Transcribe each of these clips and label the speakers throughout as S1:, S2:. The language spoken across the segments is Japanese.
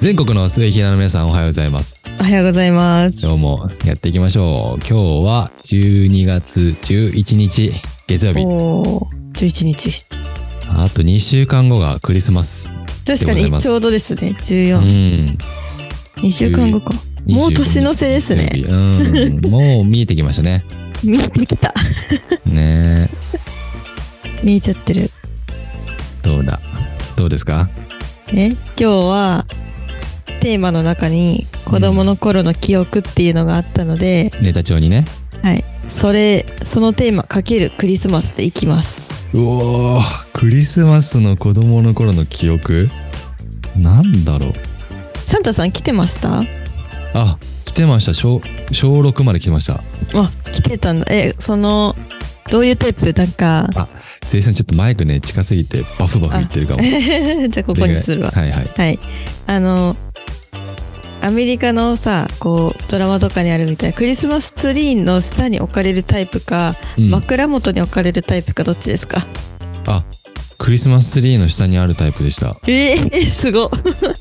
S1: 全国の末ひなの皆さんおはようございます。
S2: おはようございます。
S1: 今日もやっていきましょう。今日は12月11日月曜日。
S2: おー、11日。
S1: あと2週間後がクリスマス。
S2: 確
S1: で
S2: か
S1: ございま
S2: に
S1: す
S2: ちょうどですね、
S1: う
S2: 14。
S1: ん。
S2: 2週間後か。もう年の瀬ですね
S1: 月曜日。うん。もう見えてきました ね。
S2: 見えてきた。
S1: ねえ。
S2: 見えちゃってる。
S1: どうだ。どうですか
S2: え、今日は、テーマの中に子供の頃の記憶っていうのがあったので、
S1: ネタ帳にね。
S2: はい。それ、そのテーマかけるクリスマスでいきます。
S1: うおークリスマスの子供の頃の記憶なんだろう。
S2: サンタさん来てました
S1: あ、来てました。小、小6まで来てました。
S2: あ、来てたんだ。え、その、どういうタイプなんか、
S1: すいさんちょっとマイクね近すぎてバフバフ言ってるかも。
S2: じゃあここにするわ。
S1: はいはい。
S2: はい。あの、アメリカのさ、こう、ドラマとかにあるみたいな、クリスマスツリーの下に置かれるタイプか、
S1: うん
S2: 枕元に置かれるタイプか、どっちですか
S1: あクリスマスツリーの下にあるタイプで した。
S2: えー、すごっ。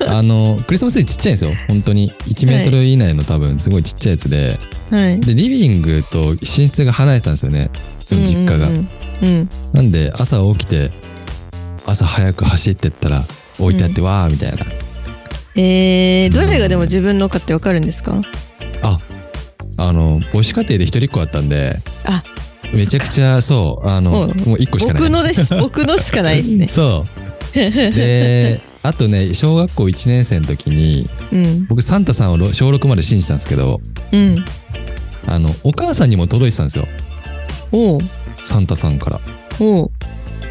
S1: あのクリスマスツリーちっちゃいんですよ本当に1メートル以内の多分すごいちっちゃいやつで
S2: はい。
S1: でリビングと寝室が離れてたんですよねその実家が。
S2: うんうんうん。うん
S1: なんで朝起きて朝早く走ってったら置いてあってわーみたいな。
S2: えー、どれがでも自分のかってわかるんですか
S1: ああの母子家庭で一人っ子だったんで
S2: あ
S1: めちゃくちゃそうあの
S2: おう
S1: もう1個しかない。。
S2: 僕のです。僕のしかないですね
S1: そう。で、あとね、小学校1年生の時に、
S2: うん。
S1: 僕、サンタさんをろ小6まで信じてたんですけど、
S2: うん。
S1: あの、お母さんにも届いてたんですよ。
S2: おう。
S1: サンタさんから。
S2: おう。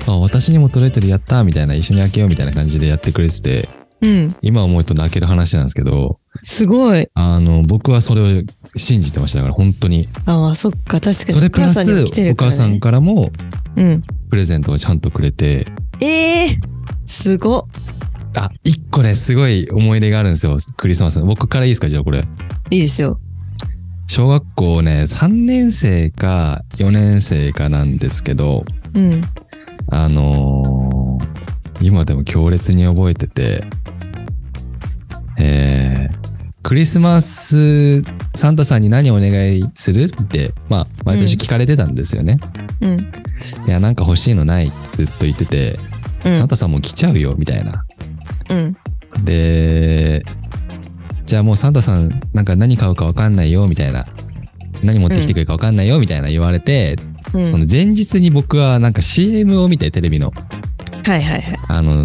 S1: あ、私にも届いてる、やったーみたいな、一緒に開けようみたいな感じでやってくれてて、
S2: うん。
S1: 今思うと泣ける話なんですけど、
S2: すごい。
S1: あの、僕はそれを信じてましただから、本当に。
S2: ああ、そっか。確か
S1: そ
S2: に
S1: れ
S2: お
S1: プ
S2: 母
S1: ラ
S2: さんに
S1: ス、
S2: も来て
S1: お
S2: るから、
S1: 母
S2: ね。
S1: さんからも
S2: うん。
S1: プレゼントをちゃんとくれて、
S2: ええすごっ。
S1: あ、一個ね、すごい思い出があるんですよ、クリスマスの。僕からいいですか、じゃあこれ。
S2: いいですよ。
S1: 小学校ね3年生か4年生かなんですけど
S2: うん。
S1: あのー今でも強烈に覚えててえークリスマスサンタさんに何お願いするってまあ毎年聞かれてたんですよね、
S2: うん。
S1: いやなんか欲しいのないってずっと言ってて、
S2: う
S1: サン
S2: ん。
S1: タさんもう来ちゃうよみたいな
S2: うん。
S1: でじゃあもうサンタさんなんか何買うか分かんないよみたいな何持ってきてくれるか分かんないよみたいな言われて、
S2: うん。
S1: その前日に僕はなんか CM を見てテレビの
S2: はいはいはい。
S1: あの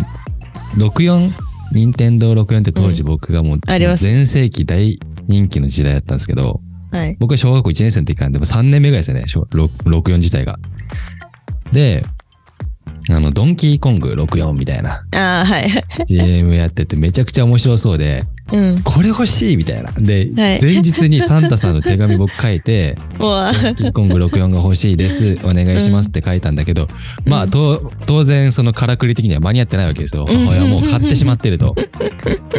S1: 64任天堂64って当時
S2: う
S1: 僕がもう
S2: あります
S1: 全盛期大人気の時代だったんですけど
S2: はい。
S1: 僕は小学校1年生の時からでも3年目ぐらいですよね小ろ64自体がであのドンキーコング64みたい な
S2: ああ、はいはい。
S1: CM やっててめちゃくちゃ面白そうで
S2: うん。
S1: これ欲しいみたいなで、
S2: はい
S1: 前日にサンタさんの手紙僕書いて
S2: もう、
S1: キンコング64が欲しいです。お願いしますって書いたんだけど、
S2: うん
S1: まあ、と当然、そのからくり的には間に合ってないわけですよ。母親はもう買ってしまってる と。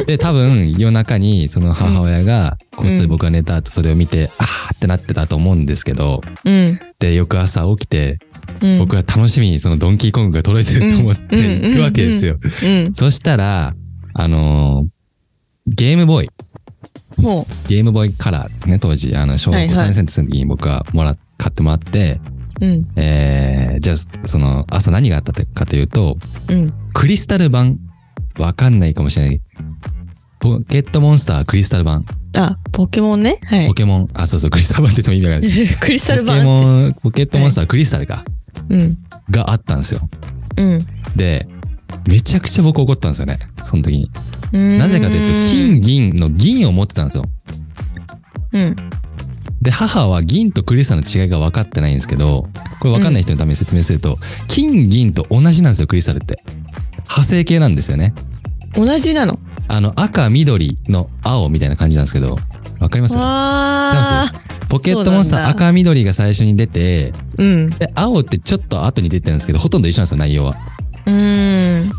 S1: で、多分、夜中に、その母親が、こっそり僕が寝た後、それを見て、あーってなってたと思うんですけど、
S2: うん。
S1: で、翌朝起きて、
S2: うん。
S1: 僕は楽しみにそのドンキーコングが届いてると思って
S2: うんうん
S1: 行くわけですよ。
S2: うん。
S1: そしたら、あのーゲームボーイ、
S2: も
S1: ゲームボーイカラーね、当時、あの、小学校3年生の時に僕はもら、買ってもらって、
S2: う。うん。
S1: えーじゃあ、その、朝何があったかというと、
S2: うん。
S1: クリスタル版。わかんないかもしれない。ポケットモンスタークリスタル版。
S2: あ、ポケモンね。は
S1: ポ
S2: い。
S1: ケモン、あ、そうそう、クリスタル版って言っても意味わかんないで
S2: クリスタ
S1: す。
S2: ル
S1: ポケ
S2: 版。
S1: モン、ポケットモンスタークリスタルか、
S2: うん。
S1: があったんですよ。
S2: うん。
S1: で、めちゃくちゃ僕怒ったんですよね。その時に。
S2: うん
S1: なぜかというと、金、。銀の銀を持ってたんですよ。
S2: うん。
S1: で、母は銀とクリスタルの違いが分かってないんですけど、これ分かんない人のために説明すると、金、銀と同じなんですよ、クリスタルって。派生系なんですよね。
S2: 同じなの。
S1: あの、赤、緑の青みたいな感じなんですけど、わかります
S2: ああ。
S1: ポケットモンスタ
S2: そう
S1: ー
S2: なんだ
S1: 赤、緑が最初に出て、
S2: うん。
S1: で、青ってちょっと後に出てるんですけど、ほとんど一緒なんですよ、内容は。
S2: うん。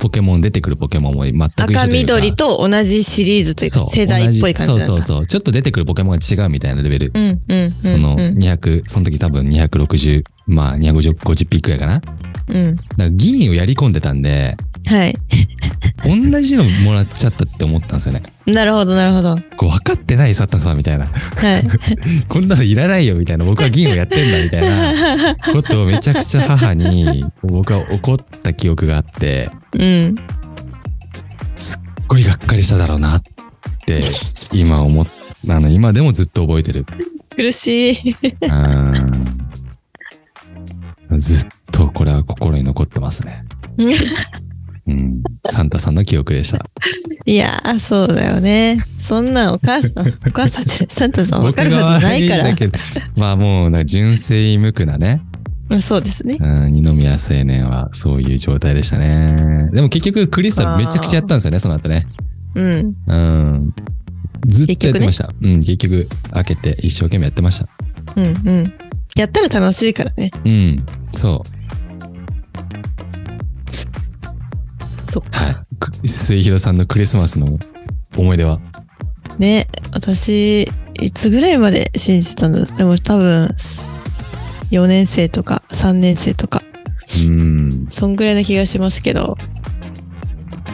S1: ポケモン出てくるポケモンも全く一緒というか
S2: 赤緑と同じシリーズというか、
S1: そう
S2: 世代っぽい感じ
S1: 同
S2: な
S1: じそ
S2: んだ
S1: うそうそう。ちょっと出てくるポケモンが違うみたいなレベル。
S2: うん。うん。うん。
S1: その
S2: うん。
S1: 200、その時多分260、まあ250 50ピークやかな。だか
S2: うん
S1: ら銀をやり込んでたんで、
S2: はい。
S1: 同じのもらっちゃったって思ったんですよね。
S2: なるほど、なるほど。
S1: こう分かってない、サタンさんみたいな。
S2: はい。
S1: こんなのいらないよみたいな。僕は議員をやってんだみたい なことをめちゃくちゃ母に僕は怒った記憶があって、
S2: うん。
S1: すっごいがっかりしただろうなって今思っあの今でもずっと覚えてる。
S2: 苦しい。
S1: うんずっとこれは心に残ってますね。うん、サンタさんの記憶でした。
S2: いやー、そうだよね。そんなんお母 さん、お母さんじゃ、サンタさんわかるはずない
S1: 僕が悪
S2: か
S1: いんだ
S2: ら。
S1: けどまあもうなんか純正無垢なね、
S2: そうですね。
S1: うん、二宮青年はそういう状態でしたね。でも結局クリスタルめちゃくちゃやったんですよね、その後ね。
S2: うん。
S1: うん。ずっとやってました。うん、結局開けて一生懸命やってました。
S2: うんうん。やったら楽しいからね。
S1: うん、そう。
S2: そっか
S1: はいく。末広さんのクリスマスの思い出は。
S2: ね、私、いつぐらいまで信じてたんだでも多分、す4年生とか3年生とか、
S1: うん。
S2: そんぐらいな気がしますけど、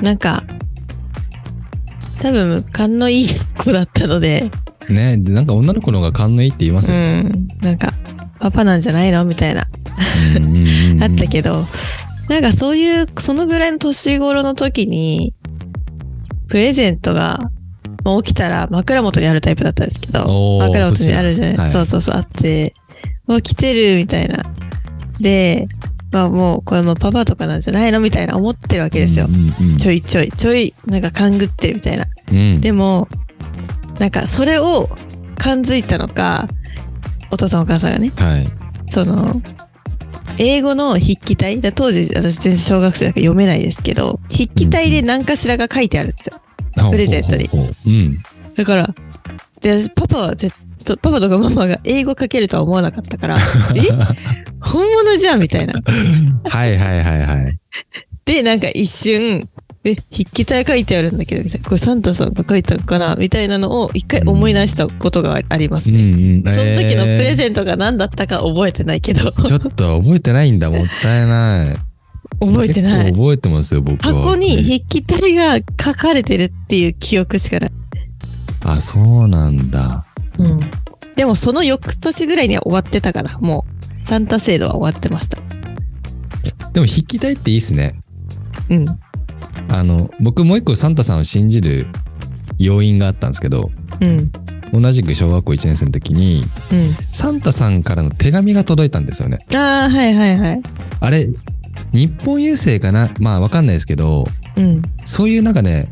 S2: なんか、多分、勘のいい子だったので、
S1: ねでなんか女の子の方が勘のいいって言います
S2: う
S1: よね。
S2: ん、なんか、パパなんじゃないのみたいな、
S1: うんうんうんうん
S2: あったけど、なんかそういう、そのぐらいの年頃の時に、プレゼントが、もう起きたら枕元にあるタイプだったんですけど
S1: お、ー
S2: 枕元にあるじゃな
S1: そっ
S2: い、
S1: ちねはい
S2: そうそうそう、あって、もう来てる、みたいな。で、まあもうこれもパパとかなんじゃないのみたいな思ってるわけですよ
S1: う。んうん
S2: ちょいちょい、ちょい、なんか勘ぐってるみたいな。
S1: うん
S2: でも、なんかそれを勘づいたのか、お父さんお母さんがね、
S1: はい。
S2: その、英語の筆記体、だ当時私全然小学生だから読めないですけど、筆記体で何かしらが書いてあるんですよ。プレゼントに
S1: ほうほうほううん。
S2: だから、で、私パパは絶パパとかママが英語書けるとは思わなかっ たから、え本物じゃんみたいな。
S1: はいはいはいはい。
S2: で、なんか一瞬、え、筆記体書いてあるんだけど、みたいな。これサンタさんが書いたのかなみたいなのを一回思い出したことがあります
S1: うんう
S2: ね。
S1: ん。
S2: その時のプレ
S1: ン
S2: ゼントが何だったか覚えてないけど、
S1: トちょっと覚えてないんだ、もったいない。
S2: 覚えてない
S1: 結。構覚えてますよ、僕は。
S2: 箱に筆記体が書かれてるっていう記憶しかない。
S1: あ、そうなんだ。
S2: うん。でもその翌年ぐらいには終わってたから、もう、サンタ制度は終わってました。
S1: でも筆記体っていいっすね。
S2: うん。
S1: あの、僕もう一個サンタさんを信じる要因があったんですけど、
S2: うん。
S1: 同じく小学校1年生の時に、
S2: う
S1: サンタさんからの手紙が届いたんですよね。
S2: ん。ああ、はいはいはい。
S1: あれ、日本郵政かなまあわかんないですけど、
S2: うん。
S1: そういうなんかね、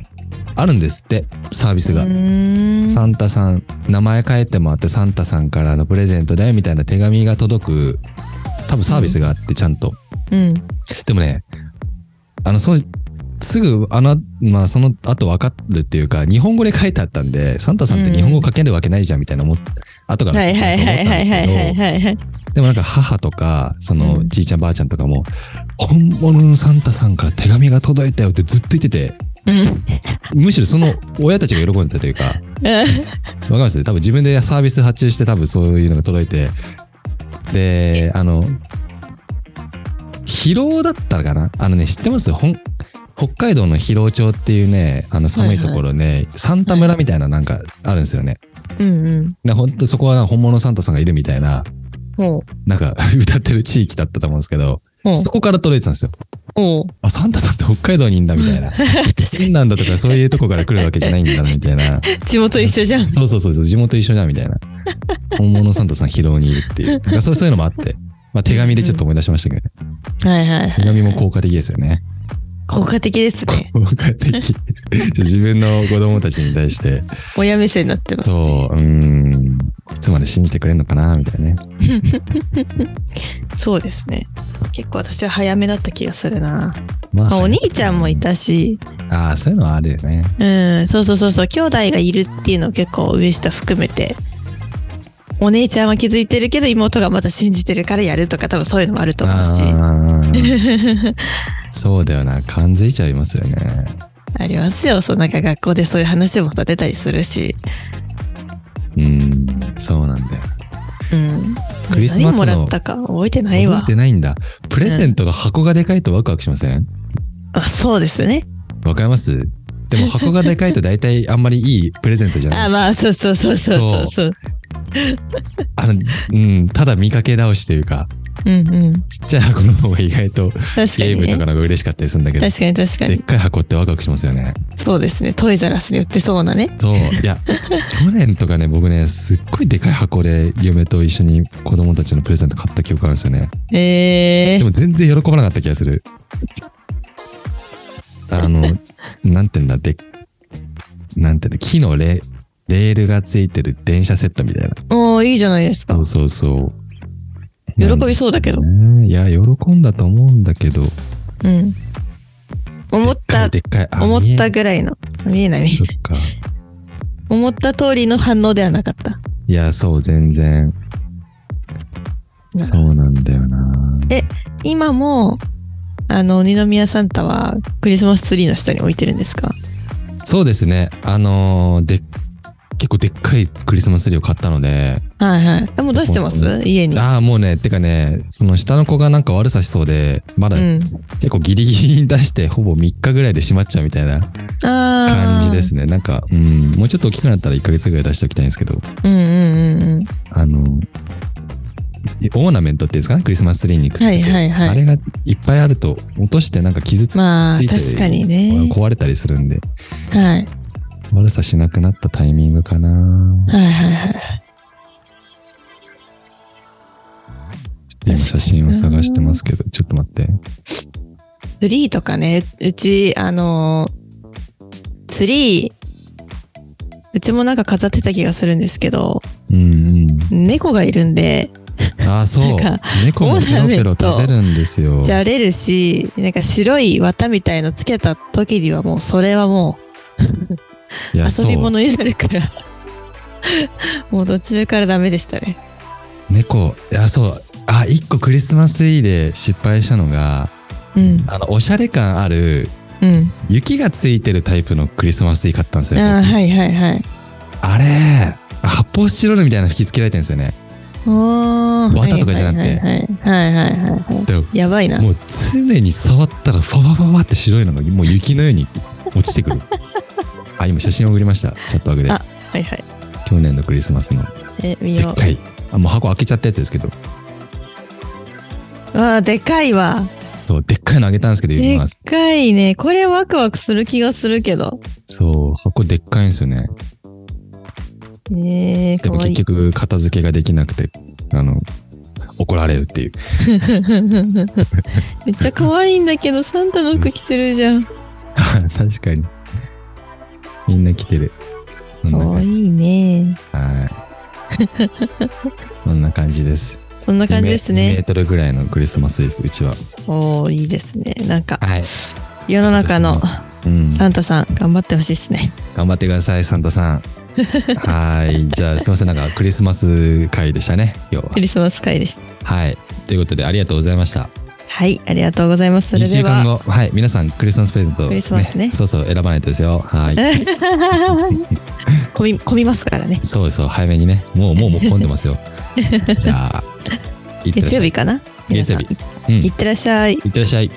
S1: あるんですって、サービスが
S2: う。ーん。
S1: サンタさん、名前変えてもらってサンタさんからのプレゼントだよみたいな手紙が届く、多分サービスがあって、ちゃんと。
S2: うん。
S1: でもね、あの、そう、すぐ、あの、まあ、その後分かるっていうか、日本語で書いてあったんで、サンタさんって日本語書けるわけないじゃんみたいな思っ後から
S2: は
S1: 思
S2: い
S1: っ
S2: はいはいは
S1: たんで
S2: い
S1: す
S2: はいはい
S1: け
S2: はいはい。
S1: ど、でもなんか母とか、そうの
S2: ん
S1: じいちゃんばあちゃんとかも、本物のサンタさんから手紙が届いたよってずっと言ってて、
S2: うん。
S1: むしろその親たちが喜んでたというか、わかります多分自分でサービス発注して多分そういうのが届いて。で、あの、疲労だったのかなあのね、知ってますほん北海道の広尾町っていうね、あの寒いところね、サンタ村みたいななんかあるんですよね。
S2: うんうん。
S1: でほんとそこはなんか本物のサンタさんがいるみたいな、
S2: ほう。
S1: なんか 歌ってる地域だったと思うんですけど、
S2: ほう
S1: そ。こから届いてたんですよ。
S2: ほう。
S1: あ、サンタさんって北海道にいんだみたい な。
S2: 確か
S1: フィンランドとかそういうとこから来るわけじゃないんだなみたいな。
S2: に地元一緒 じゃん。
S1: そうそうそうそう、地元一緒だみたいな。本物サンタさん疲労にいるっていう。なんかそうそういうのもあって。まあ手紙でちょっと思い出しましたけどね。
S2: はいはいは
S1: 手
S2: い。
S1: 紙も効果的ですよね。
S2: 効果的ですね。
S1: 効果的。自分の子供たちに対して、
S2: 親目線になってます。
S1: そう、うーん、いつまで信じてくれんのかな、みたいなね。
S2: そうですね。結構私は早めだった気がするな。
S1: ま
S2: まあ、お兄ちゃんもい。たし、
S1: ああ、そういうのはあるよね。
S2: うん、そうそうそうそう、兄弟がいるっていうのを結構上下含めて、お姉ちゃんは気づいてるけど妹がまだ信じてるからやるとか多分そういうのもあると思うし、あ
S1: あーそうだよな、感づいちゃいますよね。
S2: りますよ。そうなんか学校でそういう話も立てたりするし、
S1: うん、そうなんだよ。
S2: うん。
S1: クリスマスの
S2: 何もらったか覚えてない
S1: 覚え
S2: わ
S1: て。ないんだ。プレゼントが箱がでかいとワクワクしません
S2: あそうですね。
S1: わかりますでも箱がでかいと大体あんまりいいプレゼントじゃない
S2: あまあそうそうそうそうそうそう。
S1: あの、うん、ただ見かけ倒しというか、
S2: うんうん。
S1: ちっちゃい箱の方が意外と
S2: 確か
S1: ゲー
S2: に
S1: ム
S2: ね
S1: と。かの方が嬉しかったりするんだけど、
S2: 確かに確か
S1: でっ
S2: に。
S1: かい箱ってワクワクしますよね。
S2: そうですね。トイザラスに売ってそうなね。
S1: そう、いや、去年とかね、僕ね、すっごいでかい箱で嫁と一緒に子供たちのプレゼント買った記憶あるんですよね。
S2: え
S1: で
S2: ー。
S1: も全然喜ばなかった気がする。あの、なんていうんだ、で、なんていうんだ、木のレレールがついてる電車セットみたいな。
S2: おーいいじゃないですか
S1: そう。そうそう。
S2: 喜びそうだけど。
S1: ねいや、喜んだと思うんだけど。
S2: うん。思った、
S1: でっかい。でっかいあ
S2: 思っ
S1: 見えな
S2: た
S1: い
S2: ぐらいの。見えない見え
S1: そ
S2: な
S1: っ
S2: い。
S1: か。
S2: 思った通りの反応ではなかった。
S1: いや、そう、全然。
S2: な
S1: そうなんだよな。
S2: 今も、あの、二宮サンタはクリスマスツリーの下に置いてるんですか
S1: そうですね。あのーで、結構でっかいクリスマスツリーを買ったので、
S2: はいはい。でもどうしてます
S1: こ
S2: 家に。
S1: ああ、もうね、てかね、その下の子がなんか悪さしそうで、まだ
S2: うん。
S1: 結構ギリギリに出して、ほぼ3日ぐらいで閉まっちゃうみたいな
S2: ああ。
S1: 感じで。すね。なんか、うん、もうちょっと大きくなったら1ヶ月ぐらい出しておきたいんですけど、
S2: うんうんうんうん。
S1: あの、オーナメントっていうんですかねクリスマスツリーにくっつく、
S2: はいはいはい
S1: あれがいっぱいあると落としてなんか傷つく、
S2: まあ、
S1: ついて
S2: 確かにね。
S1: 壊れたりするんで
S2: はい。
S1: 悪さしなくなったタイミングかな
S2: はいはいはい。
S1: 今写真を探してますけどちょっと待って
S2: ツリーとかね、うち、あの、ツリー、うちもなんか飾ってた気がするんですけど、
S1: うんうん
S2: 猫がいるんで、
S1: ああそう
S2: なんか
S1: 猫もペロペロ食べるんですよ
S2: じゃれるし、なんか白い綿みたいのつけた時にはもう、それはも
S1: いうや
S2: 遊
S1: そ
S2: び
S1: う
S2: 物になるから、もう途中からダメでしたね。
S1: 猫いやそうあ一個クリスマスツリーで失敗したのが
S2: うん、
S1: あのおしゃれ感ある
S2: うん。
S1: 雪がついてるタイプのクリスマスツリー買ったんですよ
S2: ああ、はいはいはい。
S1: あれ発泡スチロールみたいなの吹きつけられてるんですよね。
S2: おー。
S1: 綿とかじゃなくて
S2: はいはいはいはいはいはいは
S1: でも
S2: い。やばいな。
S1: もう常に触ったらファファファファって白いのがもう雪のように落ちてくる。 あ、今写真を送りました。チャットワークで
S2: あ。はいはい。
S1: 去年のクリスマスの。
S2: え、見
S1: で
S2: よ
S1: っかい。あ、もう箱開けちゃったやつですけど。
S2: う。わあ、でかいわ。
S1: そう、でっかいのあげたんですけど、
S2: でっ
S1: 今。
S2: かいね。これワクワクする気がするけど。
S1: そう、箱でっかいんですよね。
S2: えー、
S1: で
S2: か
S1: も
S2: わい
S1: 結
S2: い。
S1: 局、片付けができなくて、あの、怒られるっていう。
S2: めっちゃ可愛いんだけど、サンタの服着てるじゃん。
S1: 確かに。みんな来てる。こん
S2: か
S1: な
S2: わ
S1: 感じ。
S2: いいね。
S1: はい。こんな感じです。
S2: そんな感じです
S1: 2メ
S2: ね
S1: ー。トルぐらいのクリスマスです、うちは。
S2: おー、いいですね。なんか、
S1: はい。
S2: 世の中の
S1: うん。
S2: サンタさん、頑張ってほしいですね。
S1: 頑張ってください、サンタさん。はい。じゃあ、すいません。なんか、クリスマス会でしたね、今日は
S2: ク。リスマス会でした。
S1: はい。ということで、ありがとうございました。
S2: はい、ありがとうございます。そ
S1: 2
S2: れで
S1: 週間
S2: は。
S1: 後、はい。皆さん、クリスマスプレゼント、
S2: クリスマスね
S1: そうそう、選ばないとですよ。はい。
S2: 混み、混みますからね。
S1: そうそう、早めにね。もう、もう、もう混んで ますよ。じゃあ、いってらっ
S2: 月
S1: しゃ
S2: 曜
S1: い。
S2: 日かな
S1: 月曜日
S2: 皆さ
S1: う
S2: ん
S1: ん
S2: いってらっしゃい。
S1: いってらっしゃい。